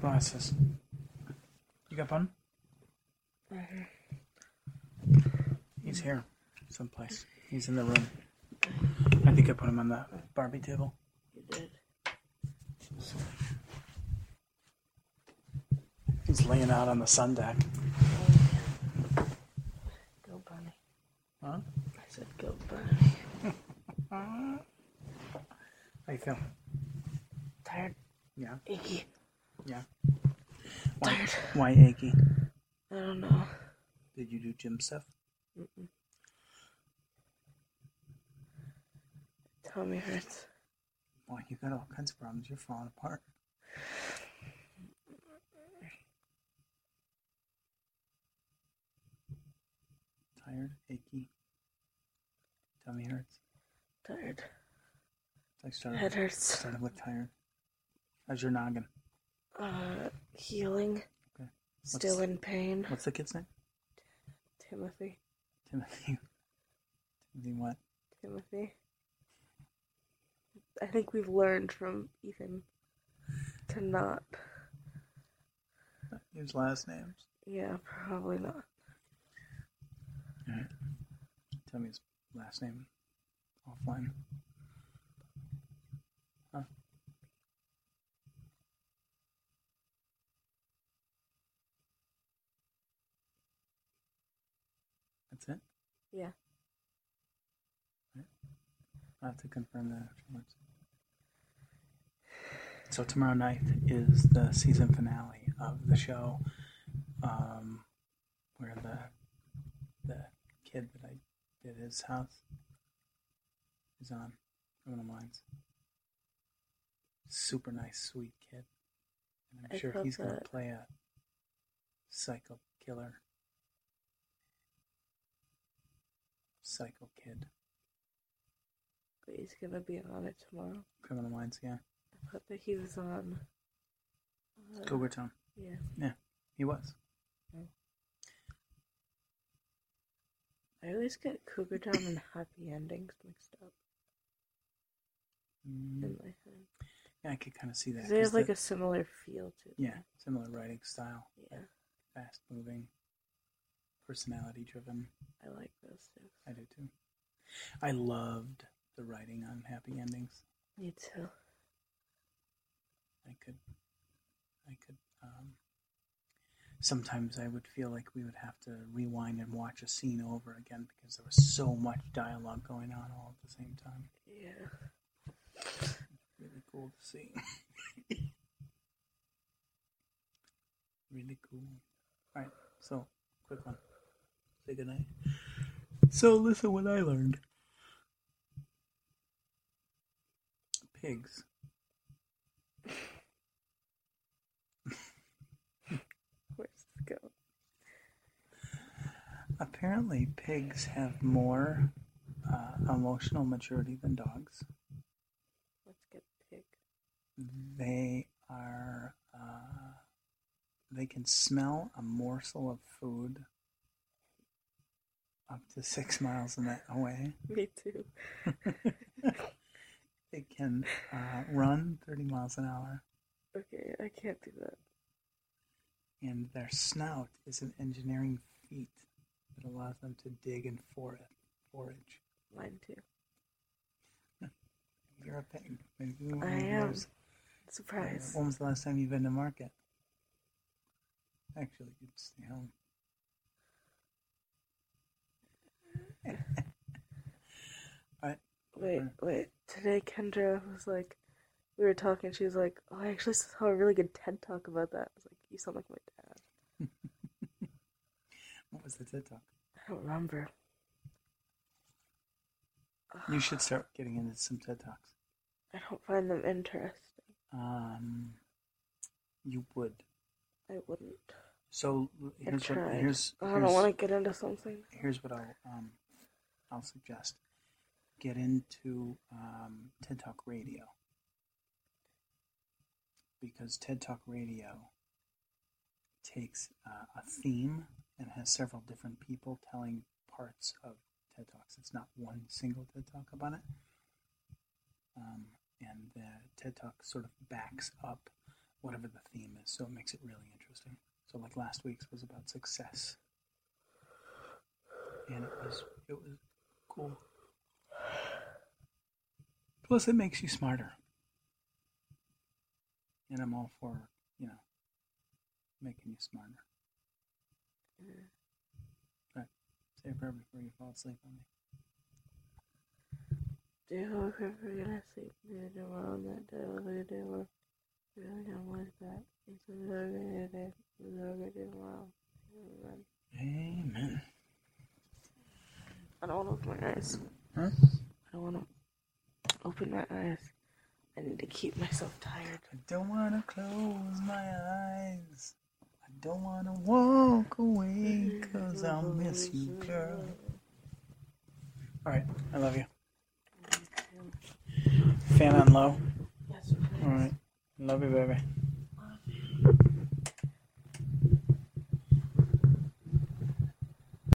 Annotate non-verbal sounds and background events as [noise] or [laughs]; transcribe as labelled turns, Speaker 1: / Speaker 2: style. Speaker 1: Glasses. You got bun? He's here, someplace. He's in the room. I think I put him on the Barbie table.
Speaker 2: You did.
Speaker 1: He's laying out on the sun deck.
Speaker 2: Go bunny.
Speaker 1: Huh?
Speaker 2: I said go bunny.
Speaker 1: How you feel?
Speaker 2: Tired.
Speaker 1: Yeah.
Speaker 2: Icky.
Speaker 1: Why,
Speaker 2: Tired.
Speaker 1: why achy?
Speaker 2: I don't know.
Speaker 1: Did you do gym stuff?
Speaker 2: Tommy hurts.
Speaker 1: Boy, you got all kinds of problems. You're falling apart. Tired, achy, tummy hurts.
Speaker 2: Tired.
Speaker 1: I started,
Speaker 2: Head hurts.
Speaker 1: started with tired. How's your noggin?
Speaker 2: Uh, healing.
Speaker 1: Okay.
Speaker 2: Still in pain.
Speaker 1: What's the kid's name?
Speaker 2: Timothy.
Speaker 1: Timothy. [laughs] Timothy what?
Speaker 2: Timothy. I think we've learned from Ethan to not.
Speaker 1: His last name's.
Speaker 2: Yeah, probably not.
Speaker 1: Tell me his last name offline. Huh? That's it?
Speaker 2: Yeah.
Speaker 1: Right. I'll have to confirm that afterwards. So tomorrow night is the season finale of the show, um, where the the kid that I did his house is on Criminal Minds. Super nice, sweet kid. And I'm
Speaker 2: I
Speaker 1: sure
Speaker 2: love
Speaker 1: he's going to
Speaker 2: that.
Speaker 1: play a psycho killer. Psycho kid.
Speaker 2: But he's gonna be on it tomorrow.
Speaker 1: Criminal Minds, yeah.
Speaker 2: I thought that he was on. uh,
Speaker 1: Cougar Town.
Speaker 2: Yeah.
Speaker 1: He was.
Speaker 2: I always get Cougar Town and Happy Endings mixed up in my head.
Speaker 1: Yeah, I could kind of see that.
Speaker 2: 'Cause they
Speaker 1: 'cause
Speaker 2: have Mm. like
Speaker 1: the-
Speaker 2: a similar feel to them.
Speaker 1: yeah, similar writing style,
Speaker 2: Yeah.
Speaker 1: fast moving, personality driven.
Speaker 2: I like those things.
Speaker 1: I do too. I loved the writing on Happy Endings.
Speaker 2: Me too.
Speaker 1: I could, I could. Um, sometimes I would feel like we would have to rewind and watch a scene over again because there was so much dialogue going on all at the same time.
Speaker 2: Yeah.
Speaker 1: Really cool to see. really cool. Alright, so quick one. Say goodnight. So listen what I learned. Pigs.
Speaker 2: Where's this go?
Speaker 1: Apparently pigs have more uh, emotional maturity than dogs.
Speaker 2: Let's get pig. [laughs]
Speaker 1: They are uh, they can smell a morsel of food up to six [laughs] miles an- away. [laughs]
Speaker 2: Me too.
Speaker 1: It can uh, run 30 miles an hour,
Speaker 2: Okay, I can't do that.
Speaker 1: and their snout is an engineering feat that allows them to dig and forage. forage.
Speaker 2: Mine too.
Speaker 1: You're a pig. Maybe you
Speaker 2: I
Speaker 1: were
Speaker 2: am.
Speaker 1: those-
Speaker 2: Surprise.
Speaker 1: Uh, When was the last time you've been to market? Actually, you'd stay home.
Speaker 2: Wait, wait. Today Kendra was like, we were talking. She was like, "Oh, I actually saw a really good TED talk about that." I was like, "You sound like my dad."
Speaker 1: What was the TED Talk?
Speaker 2: I don't remember.
Speaker 1: You should start getting into some TED Talks.
Speaker 2: I don't find them interesting.
Speaker 1: Um, you would.
Speaker 2: I wouldn't.
Speaker 1: So
Speaker 2: I
Speaker 1: here's what
Speaker 2: tried.
Speaker 1: here's
Speaker 2: I don't
Speaker 1: here's-
Speaker 2: want to get into something.
Speaker 1: here's what I'll um, I'll suggest: get into um, TED Talk Radio because TED Talk Radio takes uh, a theme and has several different people telling parts of TED Talks. It's not one single TED Talk about it, um, and the TED Talk sort of backs up whatever the theme is. So it makes it really interesting. So like last week's was about success, and it was it was cool. Plus, it makes you smarter. And I'm all for you know making you smarter.
Speaker 2: Mm.
Speaker 1: Right. Say a prayer before you fall asleep on me.
Speaker 2: Do you hope I forget to sleep near the world that day will be the world? Really don't want that. It's a little bit of it. It's a little bit of world. Everybody.
Speaker 1: Amen.
Speaker 2: I don't want to open my eyes.
Speaker 1: Huh?
Speaker 2: I don't want to open my eyes. I need to keep myself tired.
Speaker 1: I don't want to close my eyes. I don't want to walk away because I'll miss you, girl. All right. I love you. Fan on low.
Speaker 2: Yes,
Speaker 1: All right. Love you, baby.